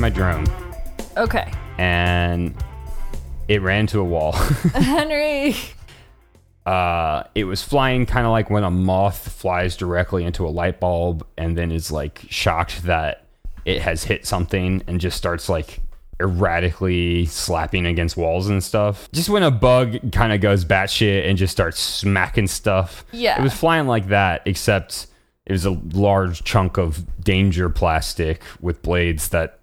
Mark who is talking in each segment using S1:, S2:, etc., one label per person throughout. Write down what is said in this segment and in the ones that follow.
S1: my drone
S2: Okay.
S1: and it ran into a wall.
S2: Henry.
S1: uh, it was flying kind of like when a moth flies directly into a light bulb and then is like shocked that it has hit something and just starts like erratically slapping against walls and stuff. Just when a bug kind of goes batshit and just starts smacking stuff.
S2: Yeah.
S1: It was flying like that, except it was a large chunk of danger plastic with blades that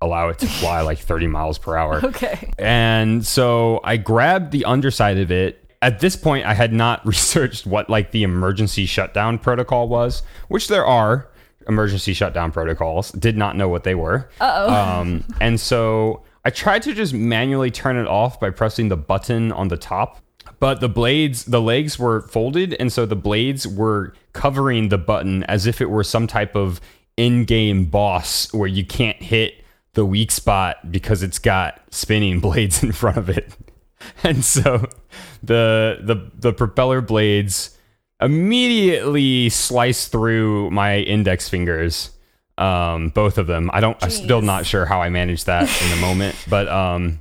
S1: allow it to fly like 30 miles per hour.
S2: Okay.
S1: And so I grabbed the underside of it. At this point, I had not researched what like the emergency shutdown protocol was, which there are emergency shutdown protocols. Did not know what they were. Uh-oh. Um, and so I tried to just manually turn it off by pressing the button on the top. But the blades, the legs were folded, and so the blades were covering the button as if it were some type of in-game boss where you can't hit the weak spot because it's got spinning blades in front of it. And so the the the propeller blades immediately slice through my index fingers. Um, both of them. I don't I'm still
S2: Jeez.
S1: not sure how I managed that in the moment, but um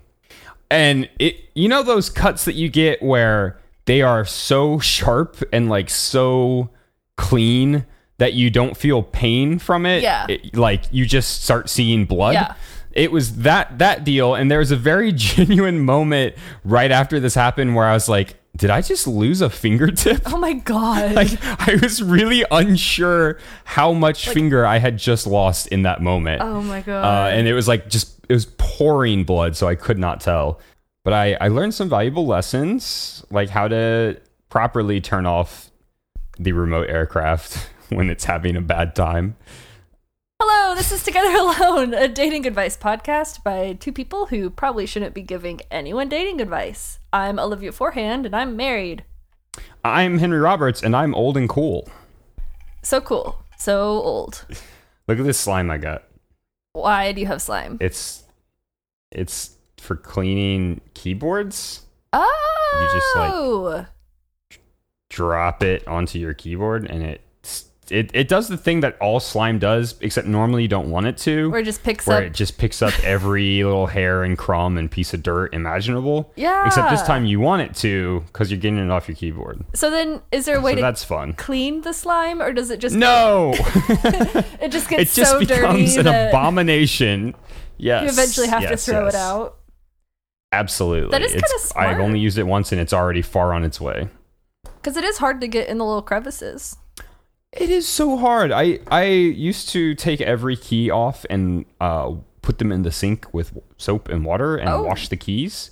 S1: and it you know those cuts that you get where they are so sharp and like so clean that you don't feel pain from it
S2: Yeah.
S1: It- like you just start seeing blood
S2: Yeah.
S1: it was that that deal and there was a very genuine moment right after this happened where i was like did i just lose a fingertip
S2: Oh my god.
S1: like i was really unsure how much finger i had just lost in that moment
S2: oh my
S1: uh,
S2: god.
S1: and it was like just it was pouring blood, so I could not tell. But I I learned some valuable lessons, like how to properly turn off the remote aircraft when it's having a bad time.
S2: Hello, this is Together Alone, a dating advice podcast by two people who probably shouldn't be giving anyone dating advice. I'm Olivia Forehand and I'm married.
S1: I'm Henry Roberts, and I'm old and cool.
S2: So cool. So old.
S1: Look at this slime I got.
S2: Why do you have slime?
S1: It's it's for cleaning keyboards.
S2: Oh.
S1: just, like- Drop it onto your keyboard, and it it it does the thing that all slime does, except normally you don't want it to.
S2: or it just picks
S1: where
S2: up.
S1: it just picks up every little hair and crumb and piece of dirt imaginable.
S2: Yeah.
S1: Except this time you want it to because you're getting it off your keyboard.
S2: so then is there a way
S1: so
S2: to
S1: that's fun.
S2: clean the slime or does it just
S1: No,
S2: it just
S1: it
S2: gets
S1: just
S2: so
S1: becomes
S2: dirty
S1: an
S2: that
S1: abomination. Yes,
S2: you eventually have
S1: yes,
S2: to throw
S1: yes.
S2: it out?
S1: Absolutely,
S2: That is
S1: It's-
S2: kinda smart.
S1: I've only used it once, and it's already far on its way.
S2: Because it is hard to get in the little crevices.
S1: It is so hard. I I used to take every key off and uh, put them in the sink with soap and water and
S2: Oh.
S1: wash the keys,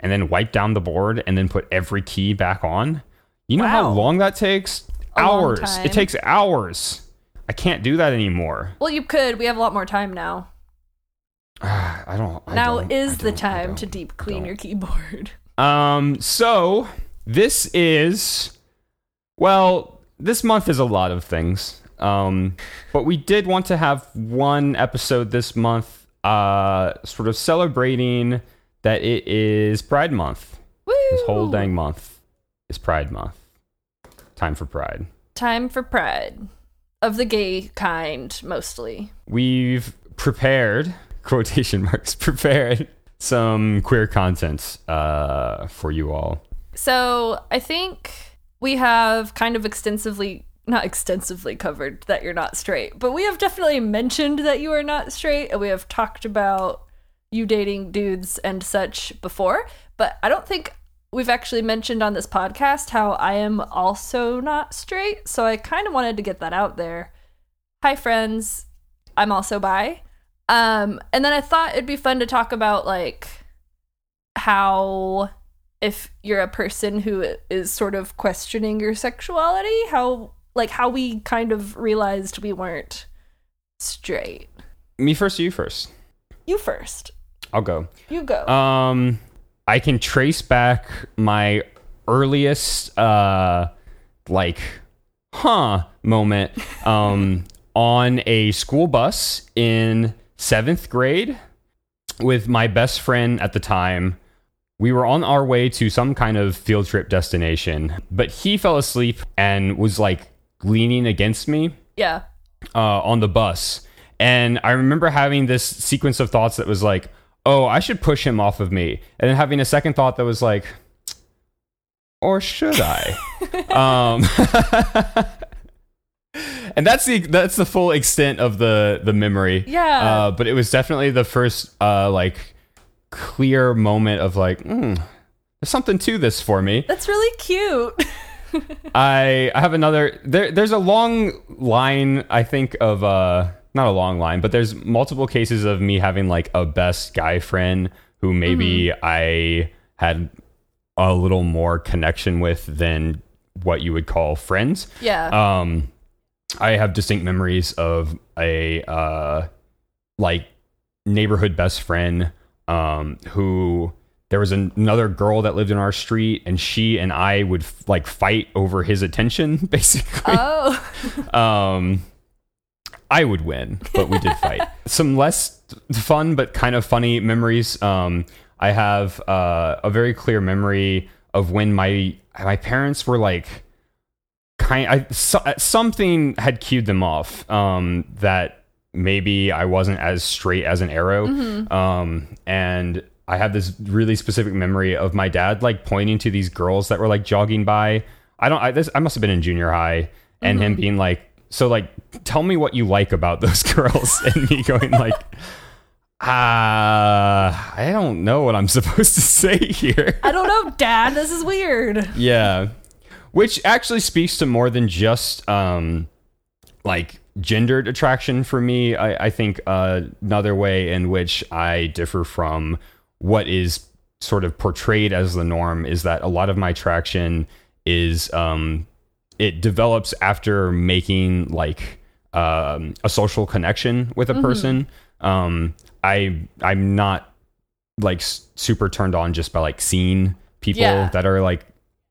S1: and then wipe down the board and then put every key back on. You know how
S2: Wow.
S1: long that takes?
S2: A long
S1: hours.
S2: time.
S1: It takes hours. I can't do that anymore.
S2: Well, you could. We have a lot more time now.
S1: I don't. I
S2: now
S1: don't- I
S2: is the
S1: don't- I
S2: time to
S1: don't.
S2: deep clean
S1: don't.
S2: your keyboard.
S1: Um, so this is well, this month is a lot of things. Um, but we did want to have one episode this month, uh, sort of celebrating that it is Pride Month.
S2: Woo!
S1: This whole dang month is Pride Month. Time for Pride.
S2: Time for pride. Of the gay kind, mostly.
S1: We've prepared quotation marks prepared some queer content uh, for you all.
S2: So I think we have kind of extensively, not extensively covered that you're not straight, but we have definitely mentioned that you are not straight, and we have talked about you dating dudes and such before. But I don't think we've actually mentioned on this podcast how I am also not straight. So I kind of wanted to get that out there. Hi, friends. I'm also bi. Um, and then I thought it'd be fun to talk about like how if you're a person who is sort of questioning your sexuality how like how we kind of realized we weren't straight
S1: Me first, or you first.
S2: you first
S1: I'll go.
S2: you go
S1: Um, I can trace back my earliest, uh, like, huh, moment, um, on a school bus in seventh grade with my best friend at the time. We were on our way to some kind of field trip destination, but he fell asleep and was like leaning against me
S2: yeah
S1: uh, on the bus. And I remember having this sequence of thoughts that was like, oh, I should push him off of me. And then having a second thought that was like, or should I? um, and that's the that's the full extent of the the memory.
S2: Yeah.
S1: Uh, but it was definitely the first uh, like clear moment of like, mm, there's something to this for me.
S2: That's really cute.
S1: I I have another. There, there's a long line. I think of uh, not a long line, but there's multiple cases of me having like a best guy friend who maybe I had a little more connection with than what you would call friends.
S2: Yeah.
S1: Um, I have distinct memories of a uh, like neighborhood best friend um, who there was an- another girl that lived in our street, and she and I would f- like fight over his attention. Basically,
S2: oh.
S1: um, I would win, but we did fight. Some less fun, but kind of funny memories. Um, I have uh, a very clear memory of when my my parents were like kind. I so, uh, something had cued them off um, that maybe I wasn't as straight as an arrow, um, and. I have this really specific memory of my dad like pointing to these girls that were like jogging by. I don't. I, this, I must have been in junior high, and him being like, "So like, tell me what you like about those girls," and me going like, "Ah, I don't know what I'm supposed to say here."
S2: I don't know, Dad. This is weird.
S1: yeah which actually speaks to more than just um like gendered attraction for me i, I think uh, another way in which i differ from what is sort of portrayed as the norm is that a lot of my attraction is um it develops after making like um, a social connection with a person um i i'm not like s- super turned on just by like seeing people
S2: Yeah.
S1: that are like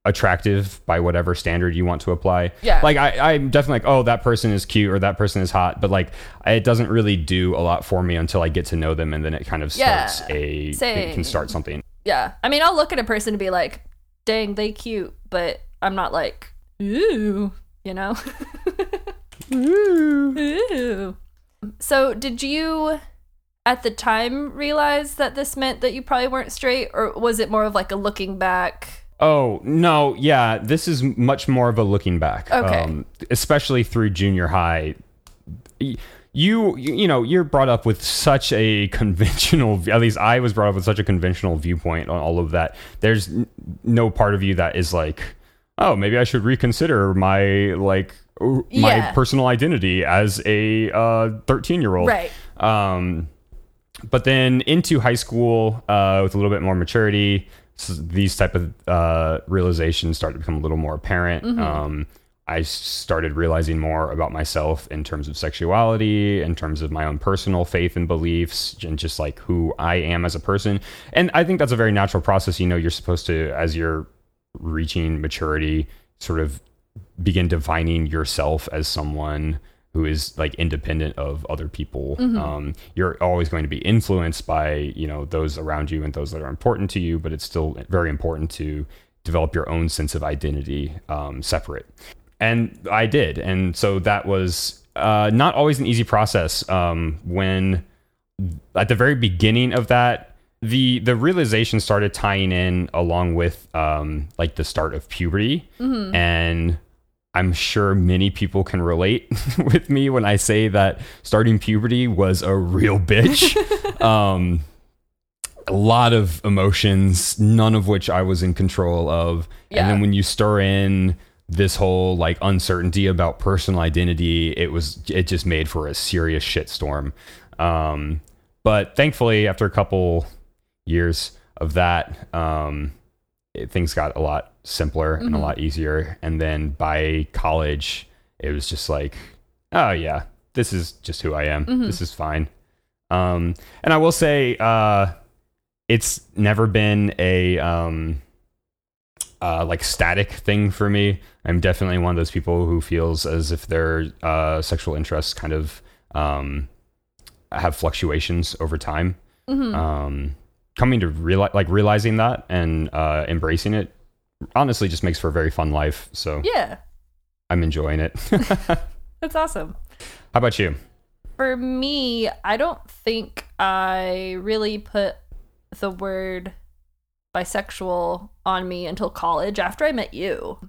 S1: attractive by whatever standard you want to apply.
S2: Yeah.
S1: Like I, I'm definitely like, oh, that person is cute or that person is hot, but like I- it doesn't really do a lot for me until I get to know them and then it kind of
S2: Yeah,
S1: starts a it
S2: same.
S1: can start something.
S2: Yeah. I mean, I'll look at a person and be like, dang, they cute, but I'm not like, ooh, you know? Mm-hmm. ooh. So, did you at the time realize that this meant that you probably weren't straight, or was it more of like a looking back?
S1: Oh no, yeah, this is much more of a looking back. um,
S2: Okay.
S1: especially through junior high. Y- You, you know, you're brought up with such a conventional. At least I was brought up with such a conventional viewpoint on all of that. There's n- no part of you that is like, oh, maybe I should reconsider my like o- my
S2: Yeah.
S1: personal identity as a uh, 13 year old.
S2: Right.
S1: Um, but then into high school uh, with a little bit more maturity s these type of uh, realizations started to become a little more apparent um, i s- started realizing more about myself in terms of sexuality in terms of my own personal faith and beliefs and just like who i am as a person and i think that's a very natural process you know you're supposed to as you're reaching maturity sort of begin defining yourself as someone who is like independent of other people. Um, you're always going to be influenced by you know those around you and those that are important to you, but it's still very important to develop your own sense of identity um, separate. And I did, and so that was uh, not always an easy process. Um, when at the very beginning of that the the realization started tying in along with um like the start of puberty and i'm sure many people can relate with me when i say that starting puberty was a real bitch um a lot of emotions none of which i was in control of
S2: Yeah.
S1: and then when you stir in this whole like uncertainty about personal identity it was it just made for a serious shitstorm um but thankfully after a couple years of that um it, things got a lot simpler and a lot easier and then by college it was just like oh yeah this is just who i am this is fine um and i will say uh it's never been a um uh, like static thing for me. I'm definitely one of those people who feels as if their uh, sexual interests kind of um, have fluctuations over time. Um, coming to real like realizing that and uh, embracing it honestly just makes for a very fun life. So
S2: Yeah.
S1: I'm enjoying it. How
S2: That's awesome.
S1: about you?
S2: for me, I don't think I really put the word bisexual on me until college after I met you.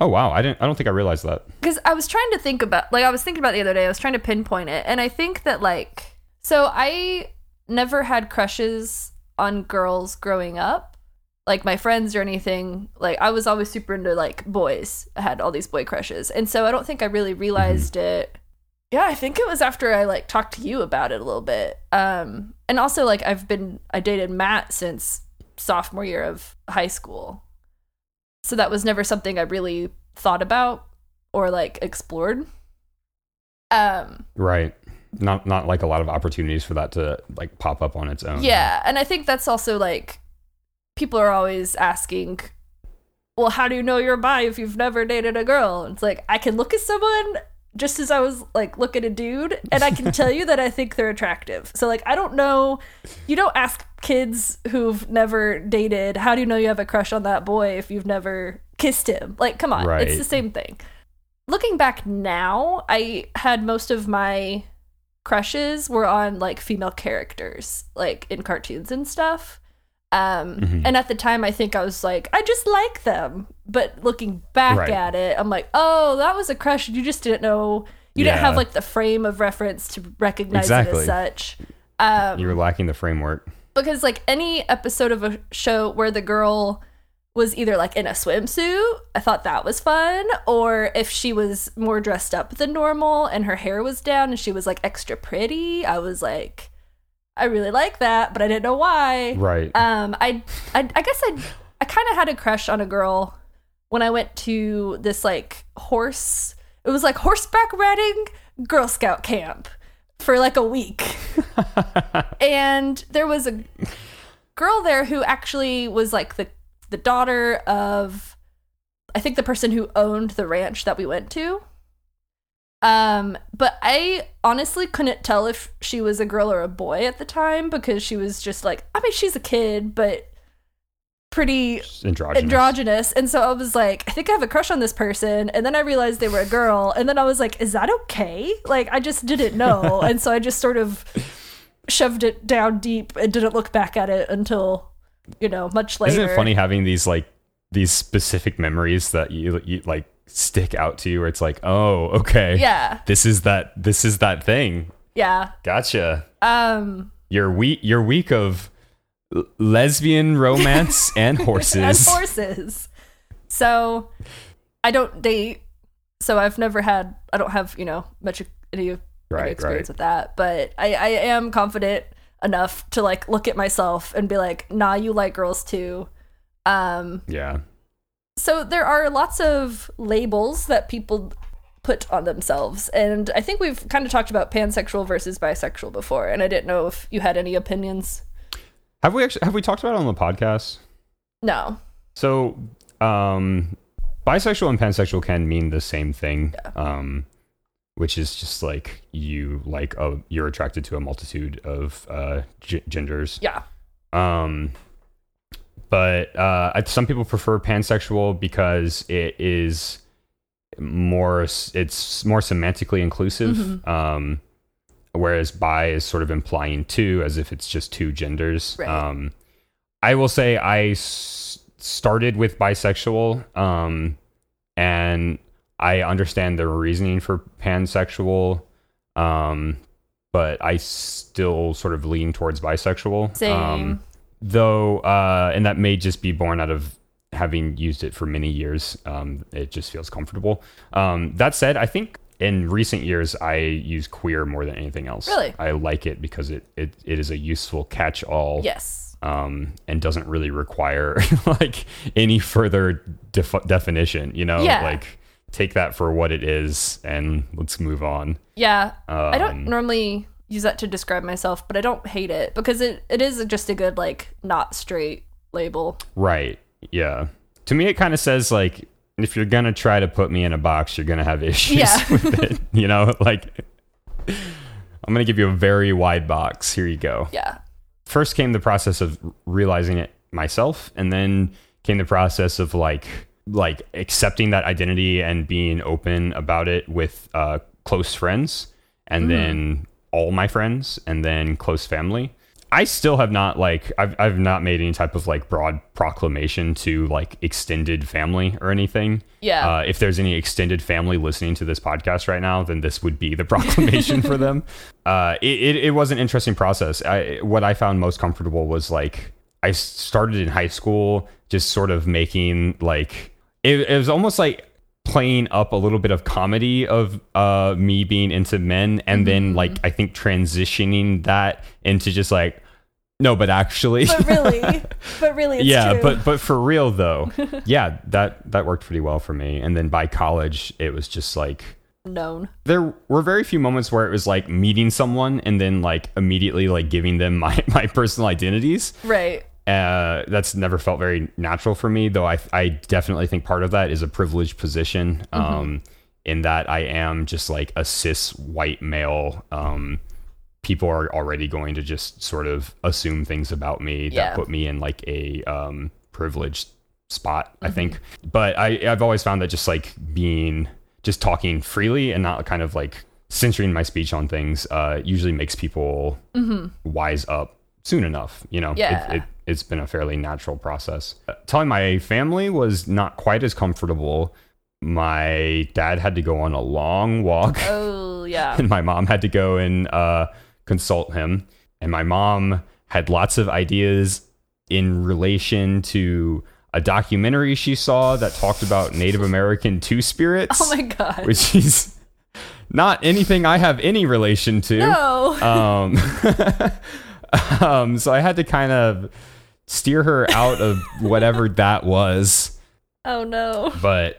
S1: Oh wow, I didn't. I don't think I realized that.
S2: because I was trying to think about like I was thinking about it the other day. I was trying to pinpoint it, and I think that like so I never had crushes on girls growing up, like my friends or anything. Like I was always super into like boys. I had all these boy crushes, and so I don't think I really realized it. Yeah, I think it was after I like talked to you about it a little bit. Um, and also like I've been I dated Matt since sophomore year of high school. So that was never something I really thought about or like explored. Um
S1: Right. Not not like a lot of opportunities for that to like pop up on its own.
S2: yeah, and I think that's also like people are always asking well, how do you know you're bi if you've never dated a girl? And it's like I can look at someone just as I was like look at a dude and I can tell you that I think they're attractive. So like I don't know you don't ask kids who've never dated, how do you know you have a crush on that boy if you've never kissed him? Like come on, it's
S1: Right.
S2: the same thing. Looking back now, I had most of my crushes were on like female characters, like in cartoons and stuff. Um,
S1: Mhm.
S2: And at the time, I think I was like, I just like them. But looking back
S1: Right.
S2: at it, I'm like, oh, that was a crush. You just didn't know. You didn't
S1: Yeah.
S2: have like the frame of reference to recognize it as
S1: Exactly.
S2: such. Um,
S1: You were lacking the framework.
S2: because like any episode of a show where the girl was either like in a swimsuit, I thought that was fun, or if she was more dressed up than normal and her hair was down and she was like extra pretty, I was like, I really like that, but I didn't know why.
S1: Right.
S2: Um, I, I, I guess I, I kind of had a crush on a girl when I went to this like horse. It was like horseback riding Girl Scout camp for like a week, and there was a girl there who actually was like the the daughter of, I think the person who owned the ranch that we went to. Um, but I honestly couldn't tell if she was a girl or a boy at the time because she was just like, I mean, she's a kid, but pretty
S1: It's androgynous.
S2: androgynous. And so I was like, I think I have a crush on this person. And then I realized they were a girl. And then I was like, is that okay? Like, I just didn't know. and so I just sort of shoved it down deep and didn't look back at it until, you know, much later.
S1: Isn't it funny having these like these specific memories that you, you like stick out to you where it's like, oh, okay.
S2: Yeah.
S1: This is that this is that thing.
S2: Yeah.
S1: Gotcha.
S2: Um,
S1: Your week your week of l- lesbian romance and horses.
S2: and horses. So I don't date. So I've never had. I don't have you know much any, any
S1: Right,
S2: experience
S1: right.
S2: with that. But I, I am confident enough to like look at myself and be like, Nah, you like girls too. Um.
S1: yeah.
S2: So there are lots of labels that people put on themselves and i think we've kind of talked about pansexual versus bisexual before and i didn't know if you had any opinions
S1: Have we actually have we talked about it on the podcast?
S2: no
S1: So, um, bisexual and pansexual can mean the same thing, um, which is just like you like a, you're attracted to a multitude of uh, g- genders.
S2: yeah
S1: Um, but uh, I- some people prefer pansexual because it is more it's more semantically inclusive.
S2: Mm-hmm.
S1: Um, whereas bi is sort of implying two, as if it's just two genders.
S2: Right.
S1: Um, I will say I s- started with bisexual, um, and I understand the reasoning for pansexual. Um, but I still sort of lean towards bisexual. Um,
S2: Same.
S1: though, uh, and that may just be born out of having used it for many years. Um, it just feels comfortable. Um, that said, I think in recent years I use queer more than anything else.
S2: Really?
S1: I like it because it it, it is a useful catch-all.
S2: yes
S1: Um, and doesn't really require like any further def- definition. You know,
S2: Yeah.
S1: like take that for what it is and let's move on.
S2: Yeah. I
S1: Um,
S2: don't normally use that to describe myself, but I don't hate it because it, it is just a good, like, not straight label.
S1: Right. Yeah. To me, it kind of says like, if you're gonna try to put me in a box, you're gonna have issues
S2: Yeah.
S1: with it. You know, like I'm gonna give you a very wide box. Here you go.
S2: Yeah.
S1: First came the process of realizing it myself, and then came the process of like like accepting that identity and being open about it with uh, close friends, and then all my friends and then close family. I still have not like I've I've not made any type of like broad proclamation to like extended family or anything.
S2: Yeah.
S1: Uh, if there's any extended family listening to this podcast right now, then this would be the proclamation for them. Uh, it, it it was an interesting process. I what I found most comfortable was like I started in high school, just sort of making like it, it was almost like playing up a little bit of comedy of uh, me being into men and then like I think transitioning that into just like no but actually
S2: But really, but really, it's
S1: yeah
S2: true.
S1: but but for real though yeah that that worked pretty well for me and then by college it was just like
S2: known.
S1: there were very few moments where it was like meeting someone and then like immediately like giving them my my personal identities
S2: Right.
S1: uh, that's never felt very natural for me, though I, I definitely think part of that is a privileged position um, in that I am just like a cis white male. Um, people are already going to just sort of assume things about me
S2: Yeah.
S1: that put me in like a um, privileged spot, I think. But I, I've always found that just like being, just talking freely and not kind of like censoring my speech on things uh, usually makes people wise up soon enough. You know,
S2: Yeah.
S1: it, it, it's been a fairly natural process. Uh, Telling my family was not quite as comfortable. My dad had to go on a long walk,
S2: Oh yeah.
S1: and my mom had to go and uh, consult him. And my mom had lots of ideas in relation to a documentary she saw that talked about Native American two spirits,
S2: Oh my god.
S1: which is not anything I have any relation to
S2: no.
S1: um, um, so I had to kind of steer her out of whatever that was,
S2: oh no.
S1: but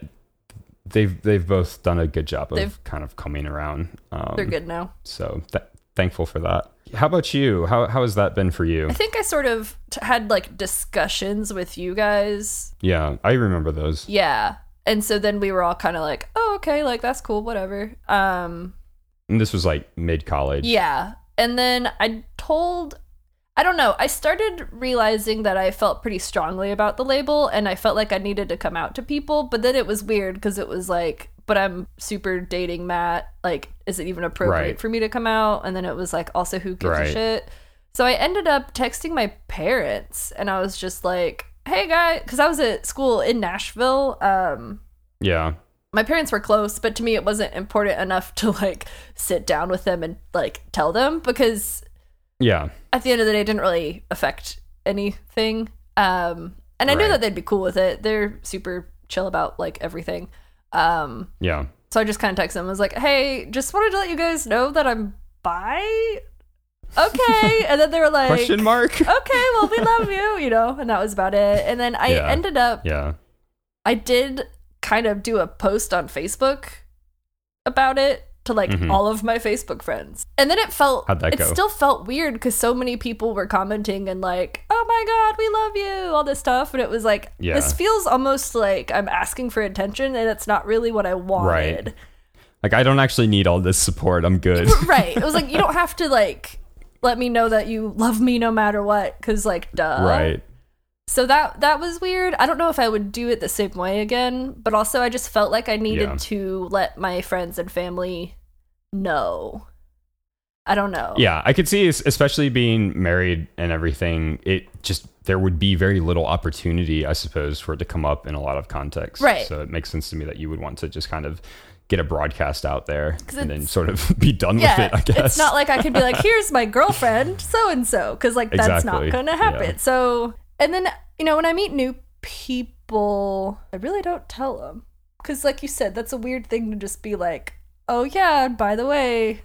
S1: they've they've both done a good job of
S2: They've-
S1: kind of coming around. Um,
S2: They're good now.
S1: So th- thankful for that. How about you? How how has that been for you?
S2: I think I sort of t- had like discussions with you guys
S1: Yeah, I remember those.
S2: Yeah. And so then we were all kind of like, "Oh, okay, like that's cool, whatever." Um
S1: And this was like mid college.
S2: yeah. And then I told I don't know, I started realizing that I felt pretty strongly about the label and I felt like I needed to come out to people, but then it was weird cuz it was like, but I'm super dating Matt, like is it even appropriate
S1: Right.
S2: for me to come out? And then it was like also who gives
S1: Right.
S2: a shit? So I ended up texting my parents and I was just like, "Hey guys, cuz I was at school in Nashville, um
S1: Yeah.
S2: my parents were close, but to me it wasn't important enough to like sit down with them and like tell them because
S1: Yeah.
S2: at the end of the day it didn't really affect anything. Um and I knew
S1: Right.
S2: that they'd be cool with it. They're super chill about like everything. Um
S1: Yeah.
S2: so I just kind of texted them and was like, "Hey, just wanted to let you guys know that I'm bi." Okay. and then they were like,
S1: Question mark.
S2: "Okay, well we love you," you know, and that was about it. And then I
S1: Yeah.
S2: ended up
S1: Yeah.
S2: I did kind of do a post on Facebook about it to like
S1: Mhm.
S2: all of my Facebook friends. And then it felt
S1: How'd that
S2: it
S1: go?
S2: still felt weird cuz so many people were commenting and like, "Oh my god, we love you." All this stuff and it was like
S1: Yeah.
S2: this feels almost like I'm asking for attention and it's not really what I wanted.
S1: Like I don't actually need all this support. I'm good.
S2: Right. It was like you don't have to like let me know that you love me no matter what cuz like duh.
S1: right.
S2: so that that was weird i don't know if i would do it the same way again but also i just felt like i needed
S1: Yeah.
S2: to let my friends and family know i don't know
S1: Yeah, I could see, es- especially being married and everything. It just there would be very little opportunity, I suppose, for it to come up in a lot of contexts.
S2: Right.
S1: So it makes sense to me that you would want to just kind of get a broadcast out there
S2: 'Cause
S1: and then
S2: it's-
S1: sort of be done
S2: yeah
S1: with it. I guess
S2: it's not like i could be like here's my girlfriend so and so because like that's
S1: Exactly.
S2: not gonna happen
S1: Yeah.
S2: so and then you know when i meet new people i really don't tell them because like you said that's a weird thing to just be like oh yeah and by the way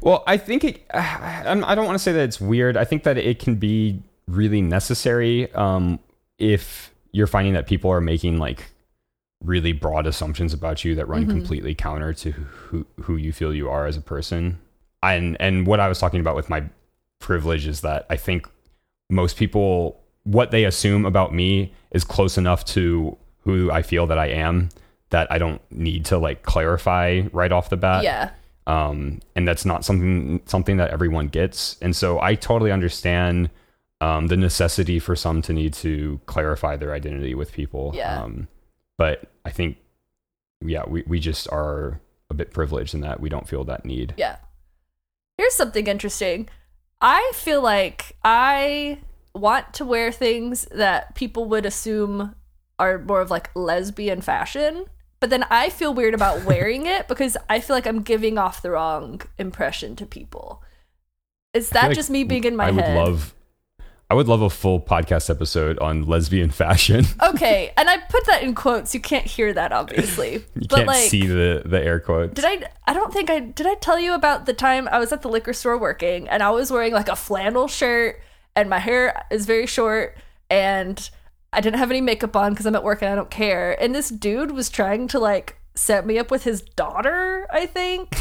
S1: Well, I think it. I I'm- I don't want to say that it's weird. I think that it can be really necessary um, if you're finding that people are making like really broad assumptions about you that run completely counter to who who you feel you are as a person. And and what I was talking about with my privilege is that I think most people what they assume about me is close enough to who I feel that I am that I don't need to like clarify right off the bat
S2: yeah
S1: um, and that's not something something that everyone gets. And so I totally understand um, the necessity for some to need to clarify their identity with people.
S2: Yeah.
S1: Um, but I think, yeah, we, we just are a bit privileged in that we don't feel that need.
S2: Yeah. Here's something interesting. I feel like I want to wear things that people would assume are more of like lesbian fashion, but then I feel weird about wearing it because I feel like I'm giving off the wrong impression to people. Is that
S1: like
S2: just me being in my
S1: I would
S2: head?
S1: love I would love a full podcast episode on lesbian fashion.
S2: okay, and I put that in quotes. You can't hear that obviously.
S1: You
S2: but
S1: can't
S2: like
S1: see the, the air quotes.
S2: Did I? I don't think I did. I tell you about the time I was at the liquor store working, and I was wearing like a flannel shirt, and my hair is very short, and I didn't have any makeup on because I'm at work and I don't care. And this dude was trying to like set me up with his daughter. I think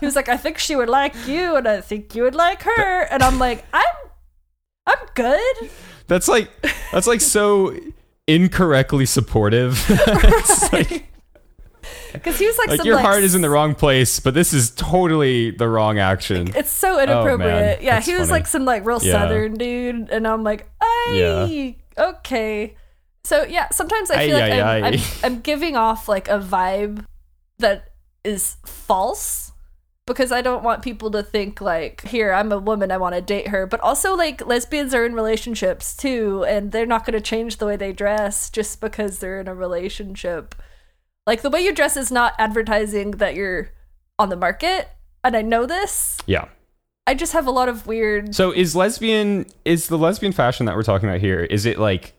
S2: he was like, "I think she would like you, and I think you would like her," and I'm like, "I'm, I'm good."
S1: That's like that's like so incorrectly supportive. It's like,
S2: Because he was like,
S1: like,
S2: some,
S1: your
S2: like,
S1: heart is in the wrong place, but this is totally the wrong action.
S2: It's so inappropriate. yeah,
S1: Oh, That's
S2: he was
S1: funny.
S2: like some like real
S1: Yeah.
S2: southern dude, and I'm like, I okay. So yeah, sometimes I feel
S1: Ay,
S2: like
S1: ay,
S2: I'm,
S1: ay.
S2: I'm I'm giving off like a vibe that is false because I don't want people to think like, here I'm a woman, I want to date her. But also like lesbians are in relationships too, and they're not going to change the way they dress just because they're in a relationship. Like the way you dress is not advertising that you're on the market, and I know this.
S1: Yeah.
S2: I just have a lot of weird.
S1: So is lesbian is the lesbian fashion that we're talking about here? Is it like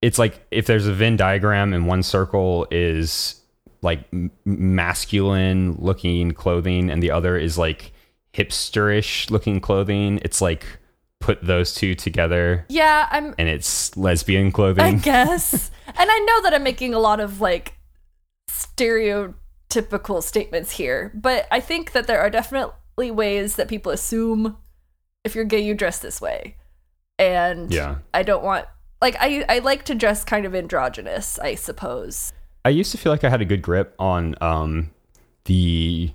S1: it's like if there's a Venn diagram and one circle is like m- masculine looking clothing and the other is like hipsterish looking clothing. It's like put those two together
S2: Yeah, I'm.
S1: and it's lesbian
S2: I
S1: clothing.
S2: guess, and I know that I'm making a lot of like stereotypical statements here, but I think that there are definitely ways that people assume if you're gay, you dress this way, and
S1: Yeah.
S2: I don't want like I I like to dress kind of androgynous, I suppose.
S1: I used to feel like I had a good grip on um, the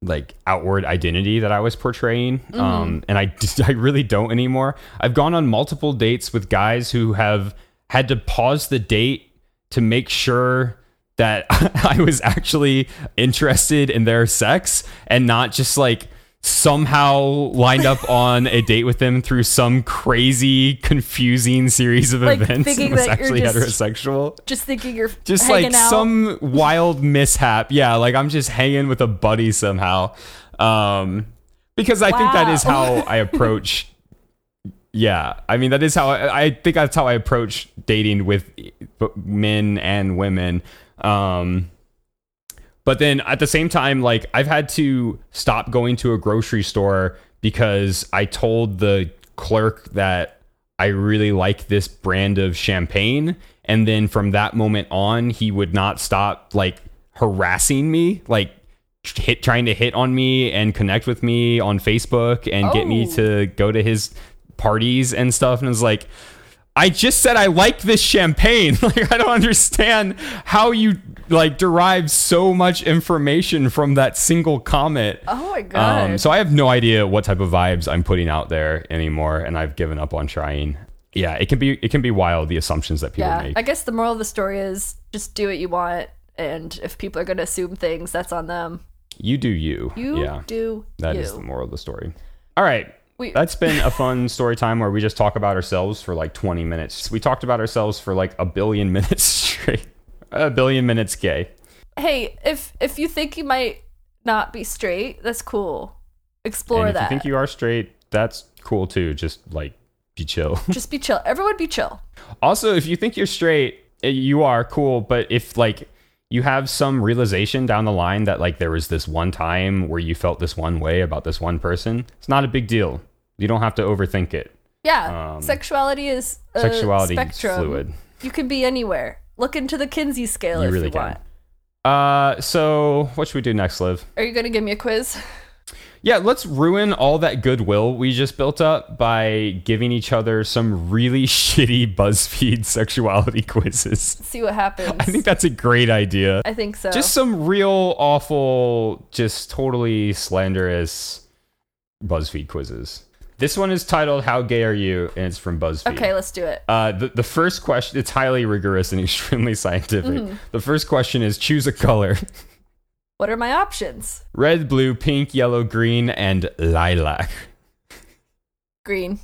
S1: like outward identity that I was portraying,
S2: Mm-hmm.
S1: um, and I just- I really don't anymore. I've gone on multiple dates with guys who have had to pause the date to make sure that I was actually interested in their sex and not just like somehow lined up on a date with them through some crazy confusing series of
S2: Like,
S1: events
S2: thinking
S1: and was
S2: that you're
S1: actually
S2: just-
S1: heterosexual
S2: Just thinking you're
S1: just
S2: hanging
S1: like
S2: out.
S1: some wild mishap. Yeah, like I'm just hanging with a buddy somehow. Um, because I think that is how I approach. Yeah, I mean that is how I, I think that's how I approach dating with men and women. Um, but then at the same time, like I've had to stop going to a grocery store because I told the clerk that I really like this brand of champagne. And then from that moment on, he would not stop like harassing me, like tr- hit, trying to hit on me and connect with me on Facebook and get me
S2: Oh.
S1: to go to his parties and stuff. And it's like, I just said I like this champagne. Like I don't understand how you like derive so much information from that single comment.
S2: Oh my god!
S1: Um, so I have no idea what type of vibes I'm putting out there anymore, and I've given up on trying. Yeah, it can be it can be wild the assumptions that people
S2: yeah,
S1: make.
S2: I guess the moral of the story is just do what you want, and if people are going to assume things, that's on them.
S1: you do you.
S2: You
S1: yeah,
S2: do
S1: that
S2: you.
S1: is the moral of the story. All right.
S2: We-
S1: That's been a fun story time where we just talk about ourselves for like 20 minutes. We talked about ourselves for like a billion minutes straight. A billion minutes gay.
S2: hey, if if you think you might not be straight, that's cool. Explore
S1: and if
S2: that.
S1: you think you are straight, that's cool too. Just like be chill.
S2: just be chill. Everyone be chill.
S1: also, if you think you're straight, eh, you are cool. But if like you have some realization down the line that like there was this one time where you felt this one way about this one person, it's not a big deal. You don't have to overthink it.
S2: Yeah,
S1: Um,
S2: sexuality is a
S1: Sexuality is
S2: spectrum.
S1: fluid.
S2: You can be anywhere. Look into the Kinsey scale
S1: You
S2: if
S1: really
S2: you
S1: can.
S2: want.
S1: Uh, so what should we do next, Liv?
S2: Are you going to give me a quiz?
S1: Yeah, let's ruin all that goodwill we just built up by giving each other some really shitty BuzzFeed sexuality quizzes.
S2: See what happens.
S1: I think that's a great idea.
S2: I think so.
S1: Just some real awful, just totally slanderous BuzzFeed quizzes. This one is titled "How Gay Are You?" and it's from BuzzFeed.
S2: okay, let's do it.
S1: Uh, the, the first question,
S2: Mm-hmm.
S1: it's highly rigorous and extremely scientific. The first question is choose a color.
S2: What are my options?
S1: Red, blue, pink, yellow, green, and lilac.
S2: Green.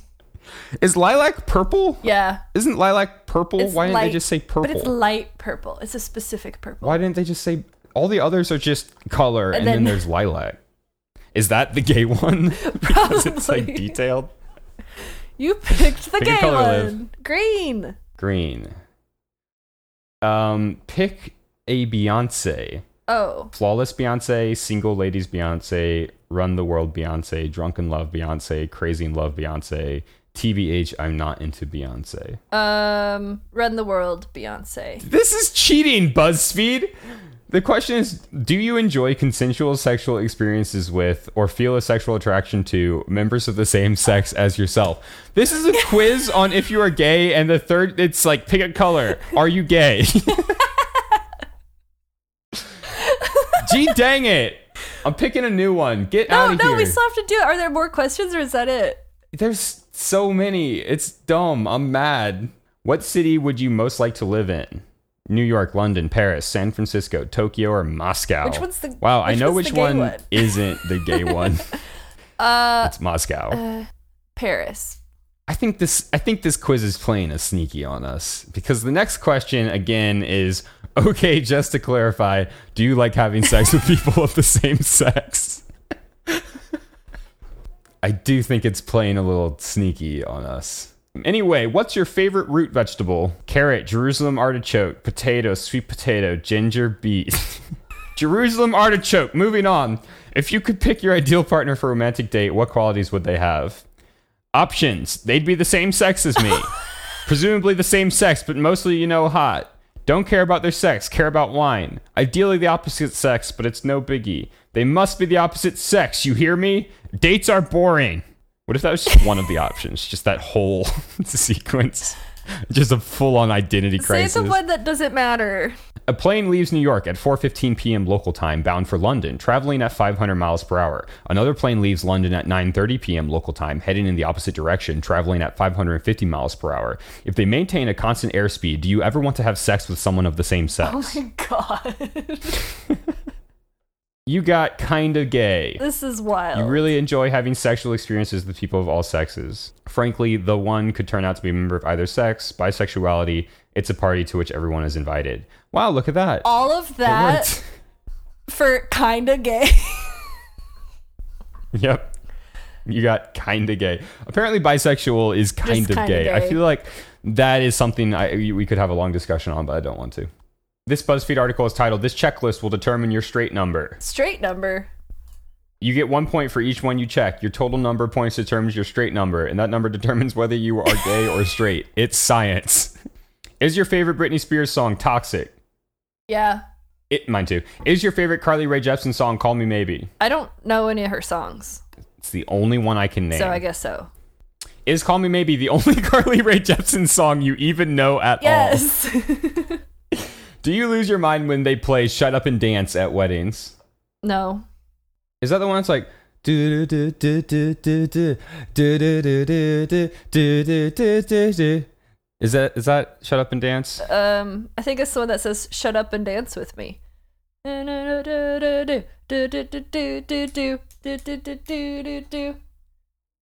S1: Is lilac purple?
S2: Yeah.
S1: Isn't lilac purple?
S2: It's
S1: Why didn't they
S2: light,
S1: just say purple?
S2: But it's light purple. It's a specific purple.
S1: Why didn't they just say all the others are just color and,
S2: And
S1: then,
S2: then-
S1: there's lilac? Is that the gay one? because it's like
S2: Probably.
S1: detailed.
S2: You picked the
S1: Pick a
S2: gay one.
S1: color, Liv.
S2: Green.
S1: Green. Um, pick a Beyonce.
S2: Oh.
S1: Flawless Beyonce, Single Ladies Beyonce, Run the World Beyonce, Drunken Love Beyonce, Crazy in Love Beyonce, TBH I'm not into Beyonce.
S2: Um Run the World, Beyonce.
S1: This is cheating, BuzzFeed. The question is Do you enjoy consensual sexual experiences with or feel a sexual attraction to members of the same sex as yourself? This is a quiz on if you are gay, and the third, it's like pick a color. Are you gay? Gee dang it. I'm picking a new one. Get
S2: No,
S1: out of
S2: no,
S1: here.
S2: we still have to do it. Are there more questions or is that it?
S1: There's so many. It's dumb. I'm mad. What city would you most like to live in? New York, London, Paris, San Francisco, Tokyo, or Moscow?
S2: Which one's the-
S1: Wow, I
S2: which
S1: know
S2: one's
S1: which
S2: the gay
S1: one,
S2: one?
S1: isn't the gay one.
S2: Uh
S1: it's Moscow.
S2: Paris.
S1: I think this I think this quiz is playing a sneaky on us because the next question again is okay, just to clarify, do you like having sex with people of the same sex? I do think it's playing a little sneaky on us. Anyway, what's your favorite root vegetable? Carrot, Jerusalem artichoke, potato, sweet potato, ginger beet. Jerusalem artichoke. Moving on. If you could pick your ideal partner for a romantic date, what qualities would they have? Options. They'd be the same sex as me. Presumably the same sex, but mostly, you know, hot. Don't care about their sex, care about wine. Ideally the opposite sex, but it's no biggie. They must be the opposite sex, you hear me? Dates are boring. What if that was just one of the options? Just that whole sequence? Just a full on identity crisis.
S2: Say the one that doesn't matter.
S1: A plane leaves New York at 4:15 p.m. local time bound for London, traveling at 500 miles per hour. Another plane leaves London at 9:30 p.m. local time, heading in the opposite direction, traveling at 550 miles per hour. If they maintain a constant airspeed, do you ever want to have sex with someone of the same sex?
S2: Oh my god.
S1: you got kinda gay.
S2: this is wild.
S1: You really enjoy having sexual experiences with people of all sexes. Frankly, the one could turn out to be a member of either sex. Bisexuality, it's a party to which everyone is invited. Wow, look at that.
S2: All of
S1: It
S2: that
S1: worked.
S2: for kinda gay.
S1: Yep. You got kinda gay. Apparently, bisexual is kind of
S2: kinda
S1: gay. I
S2: gay.
S1: feel like that is something I, we could have a long discussion on, but I don't want to. This BuzzFeed article is titled "This Checklist Will Determine Your Straight Number."
S2: Straight number.
S1: You get one point for each one you check. Your total number of points determines your straight number, and that number determines whether you are gay or straight. It's science. Is your favorite Britney Spears song "Toxic"?
S2: Yeah.
S1: It mine too. Is your favorite Carly Rae Jepsen song "Call Me Maybe"?
S2: I don't know any of her songs.
S1: It's the only one I can name.
S2: So I guess so.
S1: Is Call Me Maybe the only Carly Rae Jepsen song you even know at all?
S2: Yes.
S1: Do you lose your mind when they play Shut Up and Dance at weddings?
S2: no.
S1: Is that the one that's like do do do do do do do do do do do do do do do do Is that is that Shut Up and Dance?
S2: Um, I think it's the one that says "Shut up and dance with me."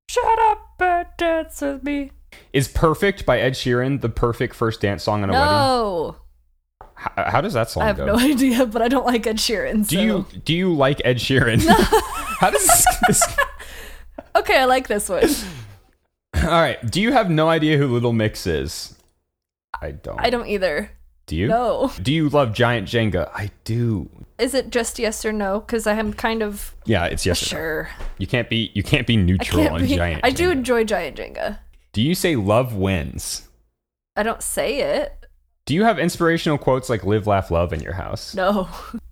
S2: Shut up and dance with me.
S1: Is Perfect by Ed Sheeran the perfect first dance song at a wedding? uh,
S2: No,
S1: How, how does that song
S2: I have
S1: go?
S2: no idea, but I don't like Ed Sheeran.
S1: do
S2: so-
S1: you do you like Ed Sheeran? how does this, this
S2: Okay, I like this one.
S1: All right, do you have no idea who Little Mix is? I don't.
S2: I don't either.
S1: Do you?
S2: No.
S1: Do you love giant Jenga? I do.
S2: Is it just yes or no? Because I am kind of
S1: Yeah, it's yes. or no.
S2: sure.
S1: You can't be you can't be
S2: I
S1: neutral
S2: can't
S1: on
S2: be.
S1: giant.
S2: I do
S1: Jenga.
S2: enjoy Giant Jenga.
S1: Do you say love wins?
S2: I don't say it.
S1: Do you have inspirational quotes like live laugh love in your house?
S2: No.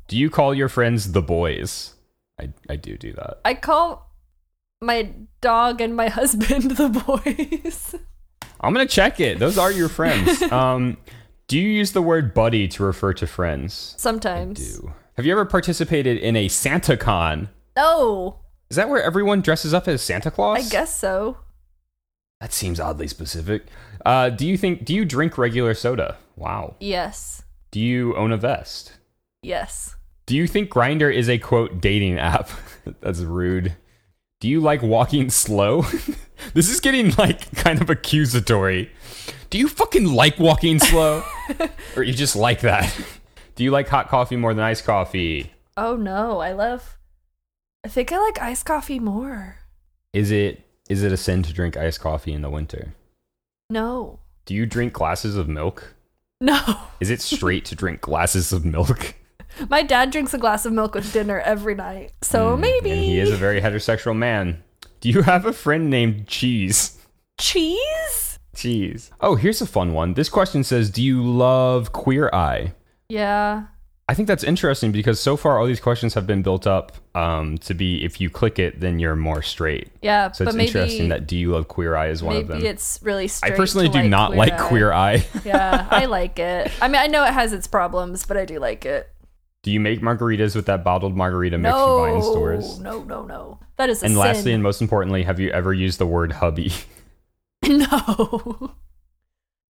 S1: Do you call your friends the boys? I I do do that.
S2: I call my dog and my husband the boys.
S1: I'm going to check it. Those are your friends. um do you use the word buddy to refer to friends?
S2: Sometimes.
S1: Do. Have you ever participated in a SantaCon?
S2: No,
S1: Is that where everyone dresses up as Santa Claus?
S2: Oh, I guess so.
S1: That seems oddly specific. Uh, do you think? Do you drink regular soda? Wow.
S2: Yes.
S1: Do you own a vest?
S2: Yes.
S1: Do you think Grinder is a quote dating app? That's rude. Do you like walking slow? this is getting like kind of accusatory. Do you fucking like walking slow? or you just like that? Do you like hot coffee more than iced coffee?
S2: Oh no, I love. I think I like iced coffee more.
S1: Is it is it a sin to drink iced coffee in the winter?
S2: No,
S1: Do you drink glasses of milk?
S2: no.
S1: Is it straight to drink glasses of milk?
S2: My dad drinks a glass of milk with dinner every night, so
S1: Mm,
S2: maybe
S1: And he is a very heterosexual man. Do you have a friend named Cheese?
S2: cheese.
S1: Cheese. Oh, here's a fun one. This question says, "Do you love Queer Eye?"
S2: Yeah,
S1: I think that's interesting because so far all these questions have been built up um, to be if you click it, then you're more straight.
S2: yeah.
S1: So
S2: but
S1: it's
S2: maybe
S1: interesting that "Do you love Queer Eye" is one of
S2: maybe
S1: them.
S2: it's really.
S1: I
S2: Straight
S1: personally
S2: to
S1: do not like
S2: Eye.
S1: Queer Eye.
S2: yeah, I like it. I mean, I know it has its problems, but I do like it.
S1: do you make margaritas with that bottled margarita mix you buy in stores?
S2: no, no, no. That is a
S1: And
S2: sin.
S1: lastly, and most importantly, have you ever used the word hubby?
S2: no.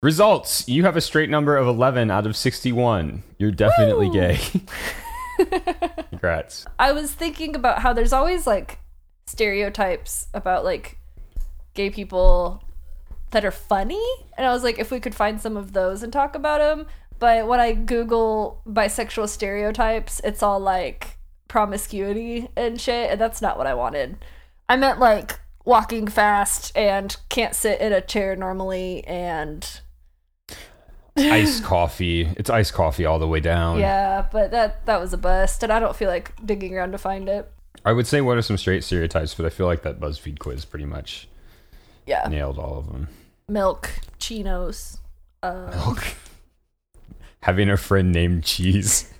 S1: Results You have a straight number of 11 out of 61. You're definitely
S2: Woo!
S1: gay. Congrats.
S2: I was thinking about how there's always like stereotypes about like gay people that are funny, and I was like, if we could find some of those and talk about them. But when I Google bisexual stereotypes, it's all like promiscuity and shit, and that's not what I wanted. I meant like walking fast and can't sit in a chair normally, and
S1: Iced coffee. It's iced coffee all the way down.
S2: yeah, but that that was a bust, and I don't feel like digging around to find it.
S1: I would say, what are some straight stereotypes? But I feel like that BuzzFeed quiz pretty much
S2: Yeah,
S1: nailed all of them.
S2: milk, chinos. Uh,
S1: Having a friend named Cheese.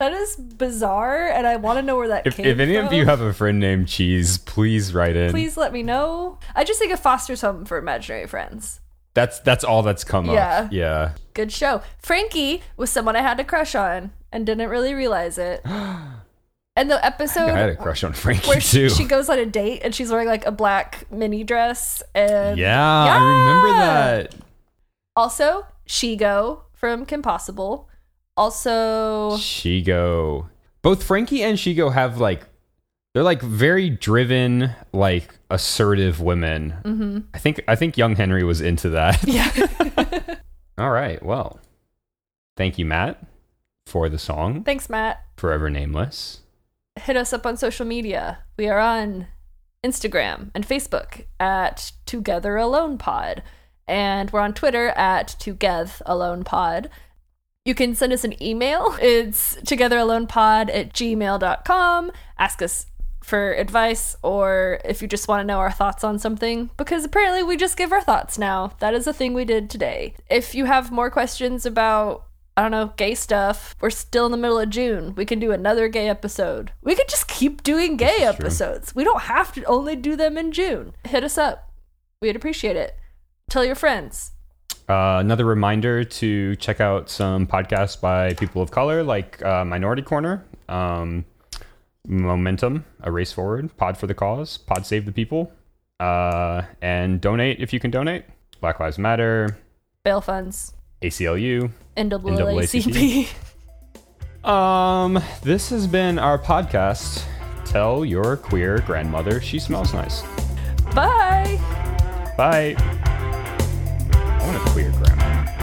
S2: That is bizarre, and I want to know where that
S1: If,
S2: came
S1: if any
S2: from.
S1: of you have a friend named Cheese, please write in.
S2: please let me know. I just think of Foster's Home for Imaginary Friends.
S1: That's that's all that's come
S2: Yeah.
S1: up. Yeah.
S2: Good show. Frankie was someone I had a crush on and didn't really realize it. And the episode
S1: I had a crush on Frankie
S2: where she,
S1: too.
S2: she goes on a date and she's wearing like a black mini dress and
S1: yeah, I remember
S2: Yeah.
S1: that.
S2: also Shigo from Kim Possible. Also,
S1: Shigo. Both Frankie and Shigo have like they're like very driven, like assertive women. Mm-hmm. I think I think young Henry was into that.
S2: yeah,
S1: All right, well, thank you, Matt, for the song
S2: thanks, Matt.
S1: "Forever Nameless."
S2: hit us up on social media. We are on Instagram and Facebook at Together Alone Pod, and we're on Twitter at Together Alone Pod. You can send us an email. It's togetheralonepod at gmail.com. Ask us for advice or if you just want to know our thoughts on something, because apparently we just give our thoughts now. That is a thing we did today. If you have more questions about, I don't know, gay stuff, we're still in the middle of June. We can do another gay episode. We could just keep doing gay
S1: true.
S2: episodes. We don't have to only do them in June. Hit us up. We'd appreciate it. Tell your friends.
S1: Uh, another reminder to check out some podcasts by people of color, like uh, Minority Corner, um, Momentum, A Race Forward, Pod for the Cause, Pod Save the People, uh, and donate if you can donate. Black Lives Matter,
S2: Bail funds.
S1: ACLU.
S2: NAACP.
S1: Um, this has been our podcast. Tell your queer grandmother she smells nice.
S2: Bye.
S1: Bye. I want a queer grandma.